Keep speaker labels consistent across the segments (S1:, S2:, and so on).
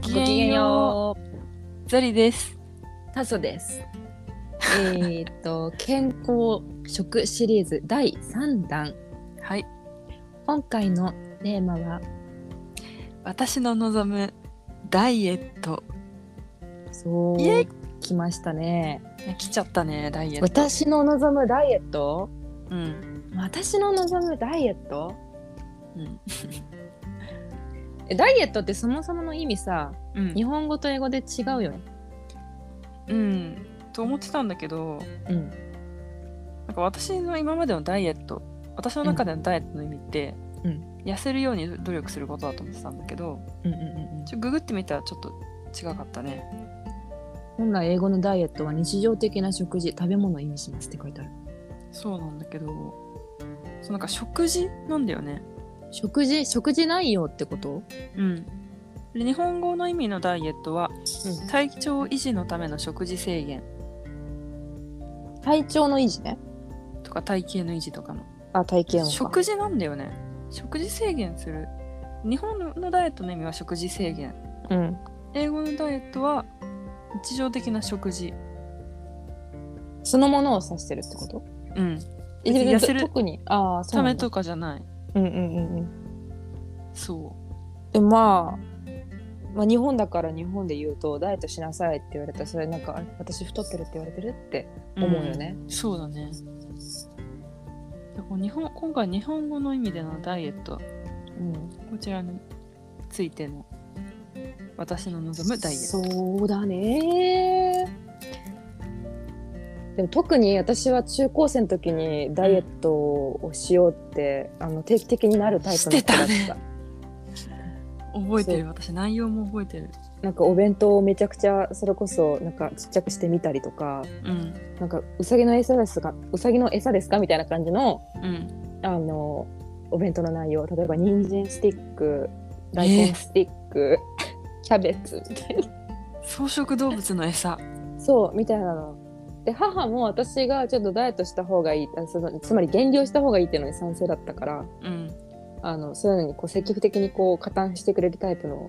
S1: きげんよ
S2: う。ゾリです。
S1: タソです。えーっと健康食シリーズ第3弾。
S2: はい。
S1: 今回のテーマは
S2: 私の望むダイエット。
S1: そう
S2: イエイ
S1: 来ましたね。
S2: ね来ちゃったね、ダイエット。
S1: 私の望むダイエット？
S2: うん。
S1: 私の望むダイエット？
S2: うん。
S1: えダイエットってそもそもの意味さ、
S2: うん
S1: 日本語と英語で違うよね。
S2: うん。と思ってたんだけど、
S1: うん。
S2: なんか私の今までのダイエット、私の中でのダイエットの意味って、
S1: うん
S2: 痩せるように努力することだと思ってたんだけど、
S1: うんうんうんうん
S2: ちょググってみたらちょっと違かったね。
S1: 本来英語のダイエットは日常的な食事、食べ物を意味しますって書いてある。
S2: そうなんだけど、そうなんか食事なんだよね。
S1: 食事、食事内容ってこと？
S2: うん。で日本語の意味のダイエットは、体調維持のための食事制限
S1: 体調の維持ね。
S2: とか体型の維持とかの
S1: あ、体型のか。
S2: 食事なんだよね食事制限する日本のダイエットの意味は食事制限
S1: うん。
S2: 英語のダイエットは日常的な食事
S1: そのものを指してるってこと
S2: うん
S1: え
S2: 別に
S1: で
S2: 痩せる
S1: 特にああそう
S2: た
S1: な
S2: め
S1: んだ
S2: とかじゃない
S1: うんうんうんうん
S2: そ
S1: でもまあまあ日本だから日本で言うとダイエットしなさいって言われたらそれなんかあ私太ってるって言われてるって
S2: う
S1: 思うよね、
S2: んそうだねでこう日本今回日本語の意味でのダイエット
S1: うん、
S2: こちらについての私の望むダイエット
S1: そうだねでも特に私は中高生の時にダイエットをしようって、あの定期的になるタイプの子だっ
S2: して
S1: た
S2: 覚えてる
S1: そ
S2: 私内容も覚えてる
S1: なんかお弁当をめちゃくちゃそれこそなんかちっちゃくしてみたりとか
S2: うん
S1: なんかうさぎの餌ですかうさぎの餌ですかみたいな感じの
S2: うん
S1: あのお弁当の内容例えば人参スティック大根スティック、 キャベツみたい
S2: 草食動物の餌
S1: なそうみたいなので母も私がちょっとダイエットした方がいいあそのつまり減量した方がいいっていうのに賛成だったから
S2: うん
S1: あのそういうのにこう積極的にこう加担してくれるタイプの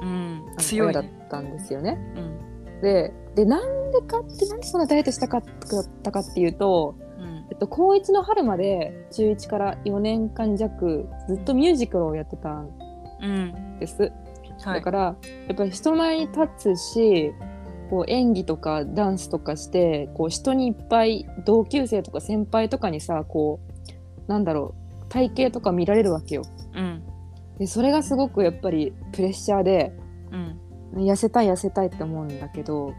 S2: うん
S1: あの
S2: 強い、
S1: 親
S2: ね
S1: だったんですよね。
S2: うん
S1: ででなんでかってなんでそんなダイエットしたかったかっていうと、
S2: うん
S1: えっと、高1の春まで中1から4年間弱ずっとミュージカルをやってたん
S2: うん
S1: です。
S2: は
S1: だ
S2: い
S1: からやっぱり人前に立つしこう演技とかダンスとかしてこう人にいっぱい同級生とか先輩とかにさこうなんだろう体型とか見られるわけよ。
S2: うん
S1: でそれがすごくやっぱりプレッシャーで
S2: うん
S1: 痩せたい痩せたいって思うんだけど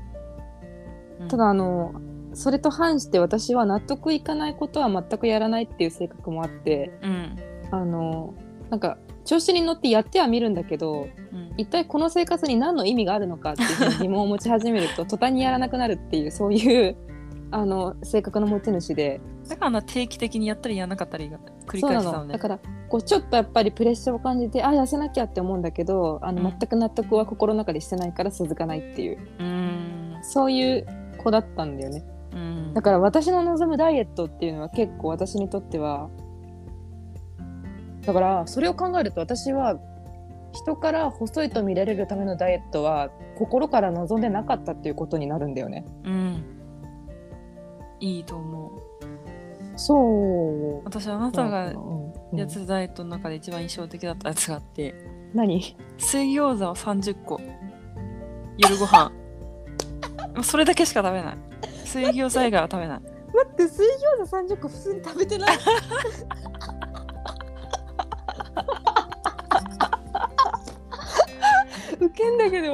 S2: うん
S1: ただあのそれと反して私は納得いかないことは全くやらないっていう性格もあって
S2: うん
S1: あのなんか調子に乗ってやってはみるんだけど
S2: うん
S1: 一体この生活に何の意味があるのかっていうふうに疑問を持ち始める と途端にやらなくなるっていうそういうあの性格の持ち主で
S2: だからあんな定期的にやったりやらなかったりが繰り
S1: そう
S2: 返
S1: な
S2: したの
S1: の
S2: ね
S1: だからこうちょっとやっぱりプレッシャーを感じてあ痩せなきゃって思うんだけどあの
S2: うん
S1: 全く納得は心の中でしてないから続かないっていう
S2: うーん
S1: そういう子だったんだよね
S2: うん
S1: だから私の望むダイエットっていうのは結構私にとってはだからそれを考えると私は人から細いと見られるためのダイエットは心から望んでなかったっていうことになるんだよね。
S2: うんいいと思う
S1: そう。
S2: 私あなたが
S1: うん
S2: やつダイエットの中で一番印象的だったやつがあって
S1: 何
S2: 水餃子を30個夜ご 飯もうそれだけしか食べない水餃子以外は食べない
S1: 待って水餃子30個普通に食べてない ウケんだけど
S2: い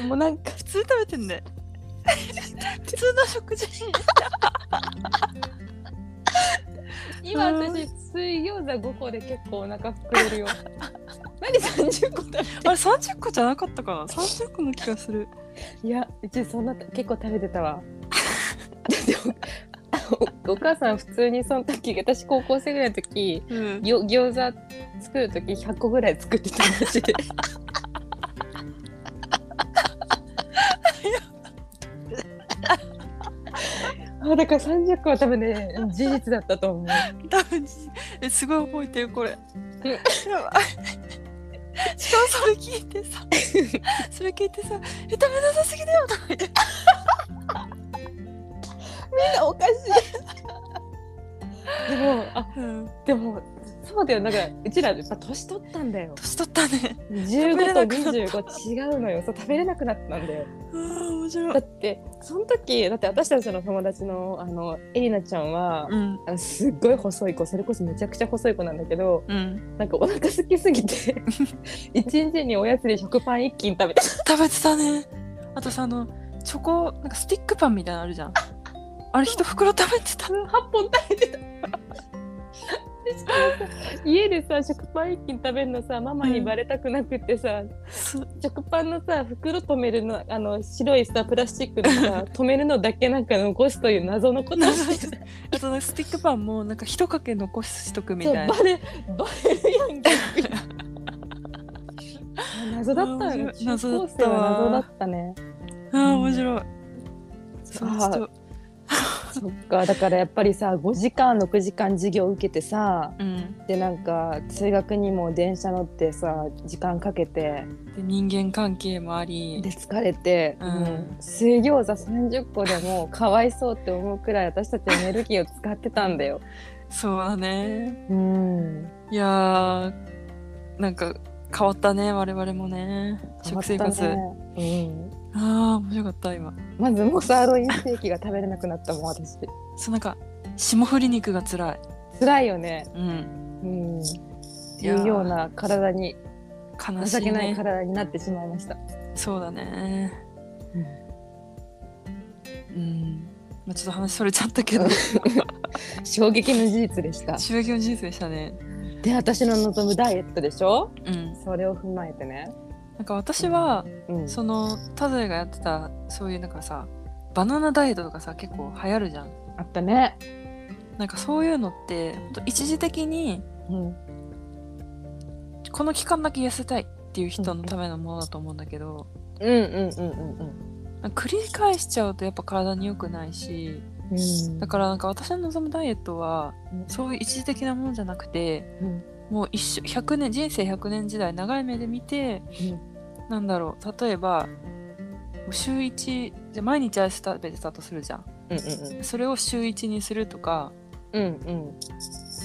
S2: や
S1: もうなんか
S2: 普通食べてん ね普通の食事
S1: 今私水餃子5個で結構お腹膨れるよ 何30個食べ
S2: あれ30個じゃなかったかな30個の気がする
S1: いやうちそんな結構食べてた わだっておおお母さん普通にその時私高校生ぐらいの時
S2: うん
S1: よ餃子作る時100個ぐらい作ってたらしいあだから30個は多分ね事実だったと思う
S2: 多分えすごい覚えてるこれやばい
S1: え
S2: しかもそれ聞いて さそれ聞いてさ「え食べなさすぎだよ」とか言って
S1: おかしいでもあ
S2: うん
S1: でもそうだよなんかうちらやっぱ年取ったんだよ
S2: 年取ったね食
S1: 15と
S2: べれな
S1: 25違うのよそう食べれなくなったんだよ
S2: うわ面白
S1: だ
S2: い
S1: ってその時だって私たちの友達のあのエリナちゃんは、
S2: うん
S1: あのすっごい細い子それこそめちゃくちゃ細い子なんだけど
S2: うん
S1: なんかお腹空きすぎ て一日におやつで食パン一斤食べた
S2: 食べてたねあとさあのチョコなんかスティックパンみたいなのあるじゃんあれ一袋食べてた
S1: 8本食べてた。でしかもさ家でさ食パン一斤食べるのさママにバレたくなくってさ、
S2: そう
S1: 食パンのさ袋止めるのあの白いさプラスチックのさ 止めるのだけなんか残すという謎のことをしてた
S2: あとなんかスティックパンもなんか一かけ残しとくみ
S1: そう
S2: たいな
S1: バレバレるやんけ 謎だったよね
S2: 謎だ
S1: 中高
S2: った
S1: 生は謎だったね
S2: ああ面白いそ
S1: さ
S2: うちょっ
S1: あ
S2: と
S1: そっかだからやっぱりさ5時間6時間授業受けてさ
S2: うん
S1: でなんか通学にも電車乗ってさ時間かけて
S2: で人間関係もあり
S1: で疲れて、
S2: うん
S1: うん水餃子30個でもかわいそうって思うくらい私たちエネルギーを使ってたんだよ。
S2: そうだね
S1: うん、
S2: いやーなんか変わったね我々もね食生活、
S1: 変わったね
S2: ああ面白かった今
S1: うん、まずもうサーロインステーキが食べれなくなったもん私
S2: そうなんか霜降り肉が辛い
S1: 辛いよね、
S2: うん
S1: うん、ってい
S2: やー
S1: うような体に
S2: 悲し
S1: 情
S2: い
S1: けない
S2: ね
S1: 体になってしまいました。
S2: そうだねうん、まあ、ちょっと話それちゃったけど
S1: 衝撃の事実でした
S2: 衝撃の人生でしたね
S1: で私の望むダイエットでしょ
S2: うん
S1: それを踏まえてね、
S2: なんか私は
S1: うん、
S2: そのタズレがやってたそういうなんかさバナナダイエットとかさ結構流行るじゃん
S1: あったね、
S2: なんかそういうのってほんと一時的に
S1: うん、
S2: この期間だけ痩せたいっていう人のためのものだと思うんだけど、
S1: うんうんうんうんうん
S2: 繰り返しちゃうとやっぱ体に良くないし
S1: うん
S2: だからなんか私の望むダイエットは
S1: うん
S2: そういう一時的なものじゃなくて
S1: うん
S2: もう一生100年人生100年時代長い目で見て、なんだろう例えばもう週1じゃあ毎日アイス食べてたとするじゃん
S1: うんうん
S2: それを週1にするとか
S1: うん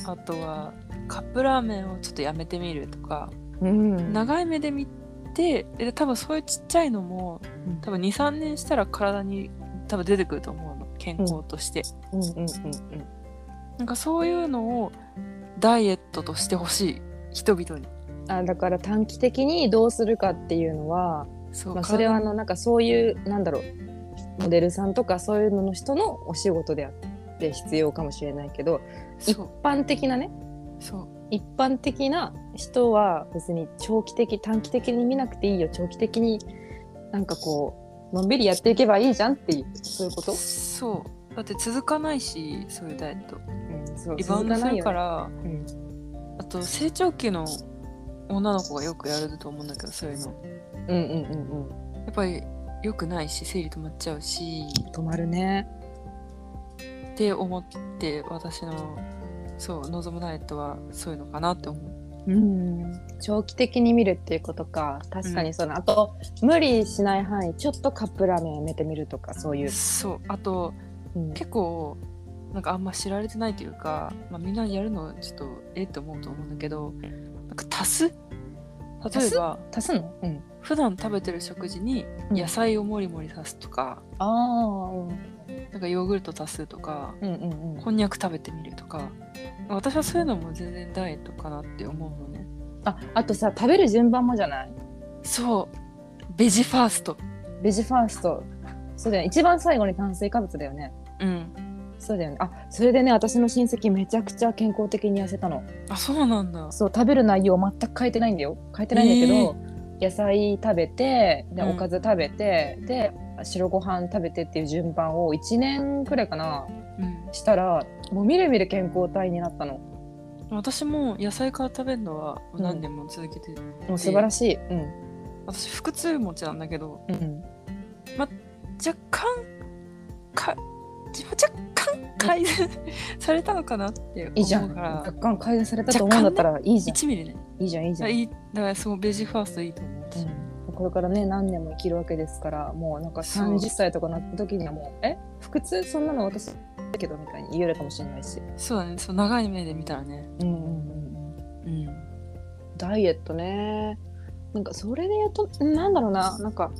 S2: あとはカップラーメンをちょっとやめてみるとか
S1: うんうん
S2: 長い目で見てで多分そういうちっちゃいのも多分23年したら体に多分出てくると思うの健康として、
S1: うんうんうん
S2: なんかそういうのをダイエットとしてほしい人々に
S1: うんあだから短期的にどうするかっていうのは、
S2: そう、
S1: まあ、それはあ
S2: 体に
S1: のなんかそういうなんだろうモデルさんとかそういうのの人のお仕事であって必要かもしれないけど一
S2: そう
S1: 般的なね
S2: そう
S1: 一般的な人は別に長期的短期的に見なくていいよ長期的になんかこうのんびりやっていけばいいじゃんっていうそういうこと、
S2: そうだって続かないしそういうダイエット
S1: うん、そう
S2: リバウンドするから
S1: 続かないよね
S2: あと成長期の女の子がよくやると思うんだけどそういうの
S1: うん、うんうんうんうん
S2: やっぱり良くないし生理止まっちゃうし
S1: 止まるね
S2: って思って私のそう望むダイエットはそういうのかなって思う
S1: うん長期的に見るっていうことか確かにその、あと無理しない範囲ちょっとカップラーメンやめてみるとかそういう、
S2: そうあと
S1: うん
S2: 結構なんかあんま知られてないというか、まあ、みんなやるのちょっとえっと思うと思うんだけどなんか足す例えば
S1: 足すの、うん、
S2: 普段食べてる食事に
S1: うん
S2: 野菜をもりもり足すとか,、
S1: ああうん
S2: なんかヨーグルト足すとか
S1: うんうんうん
S2: こんにゃく食べてみるとか私はそういうのも全然ダイエットかなって思うのね
S1: ああとさ食べる順番もじゃない
S2: そうベジファースト
S1: ベジファーストそうだよね一番最後に炭水化物だよね
S2: うん
S1: そうだよねあそれでね私の親戚めちゃくちゃ健康的に痩せたの
S2: あそうなんだ
S1: そう食べる内容全く変えてないんだよ変えてないんだけど、野菜食べてで
S2: うん
S1: おかず食べて、で白ご飯食べてっていう順番を1年くらいかな
S2: うん
S1: したらもうみるみる健康体になったの
S2: 私も野菜から食べるのは何年も続けて、
S1: もう素晴らしい、
S2: 私腹痛持ちなんだけど
S1: うんうん
S2: 若干か自分若改善 されたのかなって
S1: いいじゃ
S2: 思
S1: ん
S2: うから
S1: 若干改善されたと思うんだったらいいじゃん、
S2: 1ミリね
S1: いいじゃんいいじゃん、
S2: いいだからそうベージファーストいいと思う私
S1: うんこれからね何年も生きるわけですからもうなんか
S2: そう
S1: 30歳とかなった時にはもうえ腹痛そんなの私だけどみたいに言えるかもしれないし、
S2: そうだねそう長い目で見たらね
S1: うんうんうん、
S2: うん
S1: ダイエットねなんかそれで言うとなんだろうななんか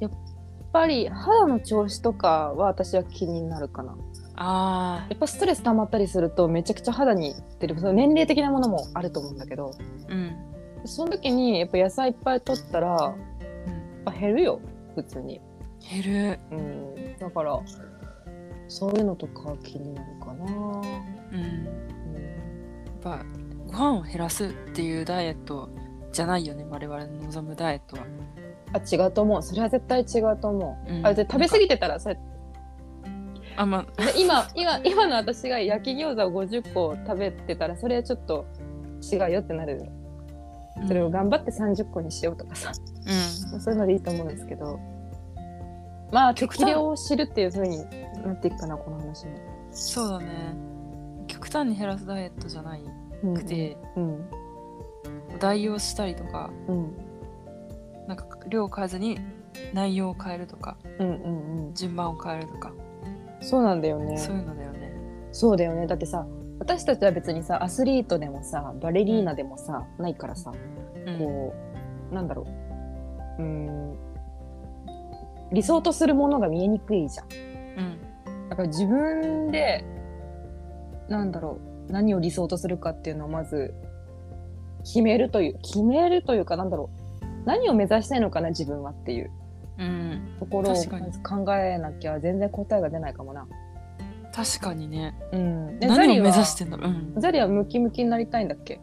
S1: やっぱり肌の調子とかは私は気になるかな
S2: ああ
S1: やっぱストレス溜まったりするとめちゃくちゃ肌に出るその年齢的なものもあると思うんだけど
S2: うん
S1: その時にやっぱ野菜いっぱい取ったらや
S2: うん
S1: っぱ減るよ普通に
S2: 減る
S1: うん、だからそういうのとか気になるかな、
S2: うんやっぱご飯を減らすっていうダイエットじゃないよね我々の望むダイエットは、
S1: あ違うと思うそれは絶対違うと思う、
S2: うん
S1: あで食べ過ぎてたらさ
S2: あまあ
S1: 今今今の私が焼き餃子を50個食べてたらそれはちょっと違うよってなるそれを頑張って30個にしようとかさ、
S2: う
S1: そういうのでいいと思うんですけどまあ適量を知るっていうふうになっていくかなこの話も。
S2: んそうだね極端に減らすダイエットじゃなくて、
S1: うん
S2: 代用したりとか
S1: うん
S2: なんか量を変えずに内容を変えるとか
S1: うんうんうん、
S2: 順番を変えるとか、
S1: そうなんだよね。
S2: そういうのだよね
S1: そうだよねだってさ私たちは別にさアスリートでもさバレリーナでもさ、ないからさ
S2: うん
S1: こうなんだろううーん理想とするものが見えにくいじゃん
S2: うん
S1: だから自分でなんだろう何を理想とするかっていうのをまず決めるという決めるというかなんだろう何を目指したいのかな自分はっていう
S2: うん
S1: ところを
S2: 確かに
S1: まず考えなきゃ全然答えが出ないかもな。
S2: 確かにね
S1: うん、でザ
S2: 何
S1: リ
S2: を
S1: は
S2: 目指してんだろう、うん、
S1: ザリはムキムキになりたいんだっけ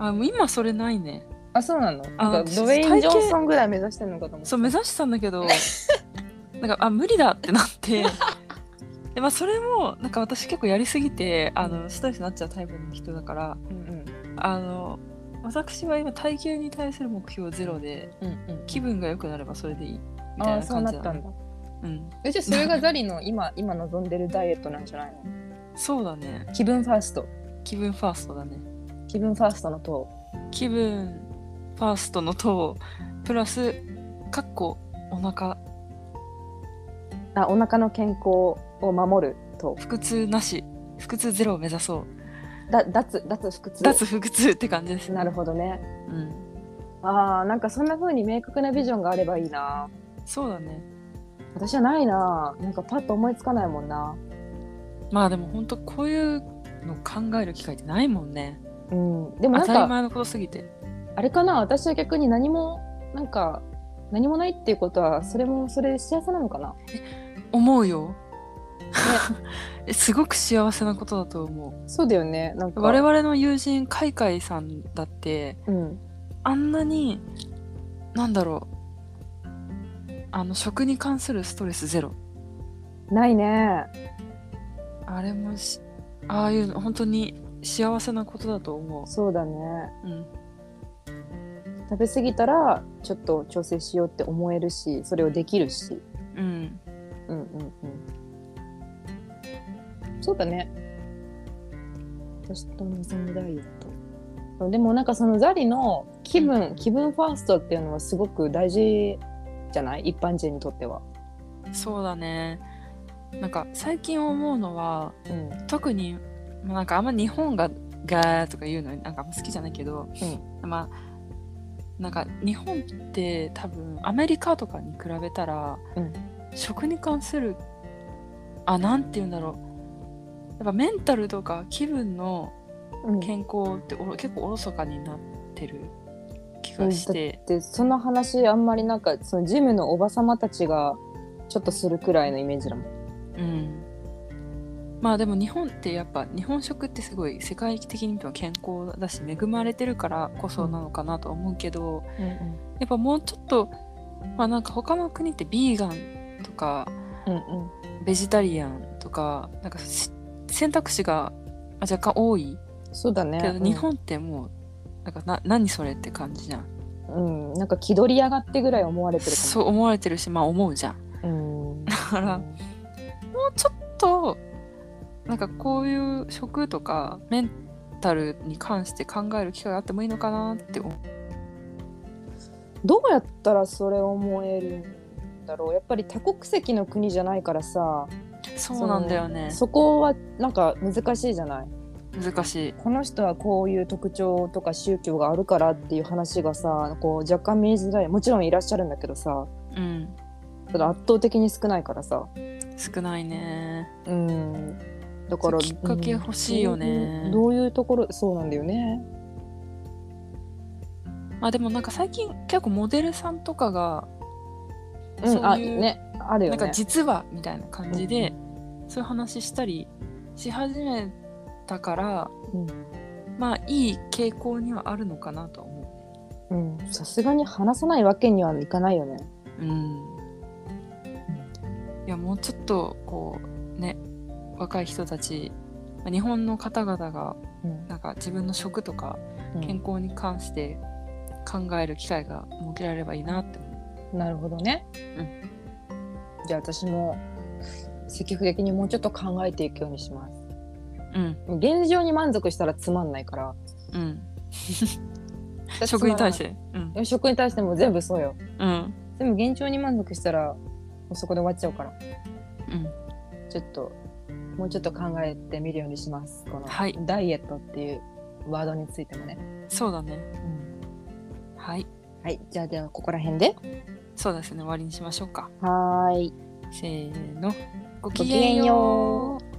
S2: あもう今それないね
S1: あ、そうなの
S2: あ
S1: なんか
S2: 私
S1: ドウェイ
S2: 体
S1: ン・ジ
S2: 型
S1: ョンソンぐらい目指してるのかと思って。
S2: そう目指してたんだけ どなんかあ無理だってなってで、まあ、それもなんか私結構やりすぎてあのストレスになっちゃうタイプの人だから
S1: うん
S2: あの私は今体型に対する目標ゼロで
S1: うん。うんうん、
S2: 気分が良くなればそれでいいみ
S1: あ
S2: たい
S1: あ、
S2: な
S1: そう
S2: 感
S1: な
S2: じ
S1: ったんだ。
S2: うん、
S1: え、じゃあそれがザリの今、今望んでるダイエットなんじゃないの
S2: そうだね
S1: 気分ファースト。
S2: 気分ファーストだね
S1: 気分ファーストの塔。
S2: 気分ファーストのとプラスかっこお腹
S1: あ、お腹の健康を守る塔。
S2: 腹痛なし腹痛ゼロを目指そう
S1: だ脱、脱腹痛。
S2: 脱腹痛って感じですね
S1: なるほどね。
S2: うん、
S1: ああ、なんかそんな風に明確なビジョンがあればいいな。
S2: そうだね
S1: 私はないな。なんかパッと思いつかないもんな。
S2: まあでも本当こういうの考える機会ってないもんね
S1: うん。でもな
S2: 当
S1: ん
S2: たり
S1: か、
S2: 前のことすぎて
S1: あれかな私は逆に何も、なんか、何もないっていうことは、それもそれで幸せなのかな
S2: 思うよ えすごく幸せなことだと思
S1: そうだよね。なん
S2: う
S1: か
S2: 我々の友人カイカイさんだって
S1: うん、
S2: あんなになんだろうあの食に関するストレスゼロ
S1: ないね。
S2: あれもしああいうの本当に幸せなことだと思
S1: そうだね。
S2: う、うん、
S1: 食べ過ぎたらちょっと調整しようって思えるし、それをできるし。
S2: うん、
S1: うんうんうん。そうだね。私と望むダイエット。でもなんかそのザリの気分、気分ファーストっていうのはすごく大事じゃない一般人にとっては。
S2: そうだねなんか最近思うのは
S1: うん。
S2: 特にまあなんかあんま日本がガーとか言うのなんかあんま好きじゃないけど、まあなんか日本って多分アメリカとかに比べたら、
S1: うん
S2: 食に関するあなんて言うんだろうやっぱメンタルとか気分の
S1: うん、
S2: 健康っておろ結構おろそかになってる気がして、
S1: でその話あんまりなんかそのジムのおばさまたちがちょっとするくらいのイメージだもん。
S2: うん、まあでも日本ってやっぱ日本食ってすごい世界的に見ても健康だし恵まれてるからこそなのかなと思うけど、やっぱもうちょっと、まあなんか他の国ってビーガンとか
S1: うんうん
S2: ベジタリアンとか、なんかし選択肢がまあ若干多い
S1: そうだね
S2: けど、。日本ってもう、なんかな何それって感じじゃん。
S1: うん、うんなんか気取りやがってぐらい思われてるかも。
S2: そう思われてるし、まあ思うじゃん。
S1: うん。だ
S2: から、もうちょっと、なんかこういう食とかメンタルに関して考える機会があってもいいのかなって思う
S1: どうやったらそれ思えるんだろうやっぱり多国籍の国じゃないからさ
S2: そうなんだよね
S1: そこはなんか難しいじゃない
S2: 難しい
S1: この人はこういう特徴とか宗教があるからっていう話がさこう若干見えづらいもちろんいらっしゃるんだけどさ
S2: うん
S1: ただ圧倒的に少ないからさ
S2: 少ないね
S1: うんだから
S2: きっかけ欲しいよね
S1: うんどういうところそうなんだよね
S2: まあでもなんか最近結構モデルさんとかが
S1: うん
S2: そう
S1: あ
S2: いう
S1: ねあるよ
S2: な
S1: ね
S2: んか実はみたいな感じで、そういう話したりし始めたから、
S1: うん
S2: まあいい傾向にはあるのかなとは思
S1: うんさすがに話さないわけにはいかないよね
S2: う。うん、いやもうちょっとこうね若い人たちまあ日本の方々が
S1: うん
S2: なんか自分の食とか健康に関して考える機会が設けられればいいなって思
S1: なるほどね、じゃあ私も積極的にもうちょっと考えていくようにします
S2: う。うん
S1: 現状に満足したらつまんないから
S2: うん、食に対して。うん
S1: て食に対しても全部そうよ
S2: うん
S1: 全部現状に満足したらもうそこで終わっちゃうから
S2: うん
S1: ちょっともうちょっと考えてみるようにしますこの、
S2: はい
S1: ダイエットっていうワードについてもね、
S2: そうだね。はい。
S1: はいじゃあではここら辺で
S2: そうですね。終わりにしましょうか。
S1: はーい
S2: せーの。ご
S1: ごき
S2: き
S1: げ
S2: げ
S1: ん
S2: んよう
S1: よ。う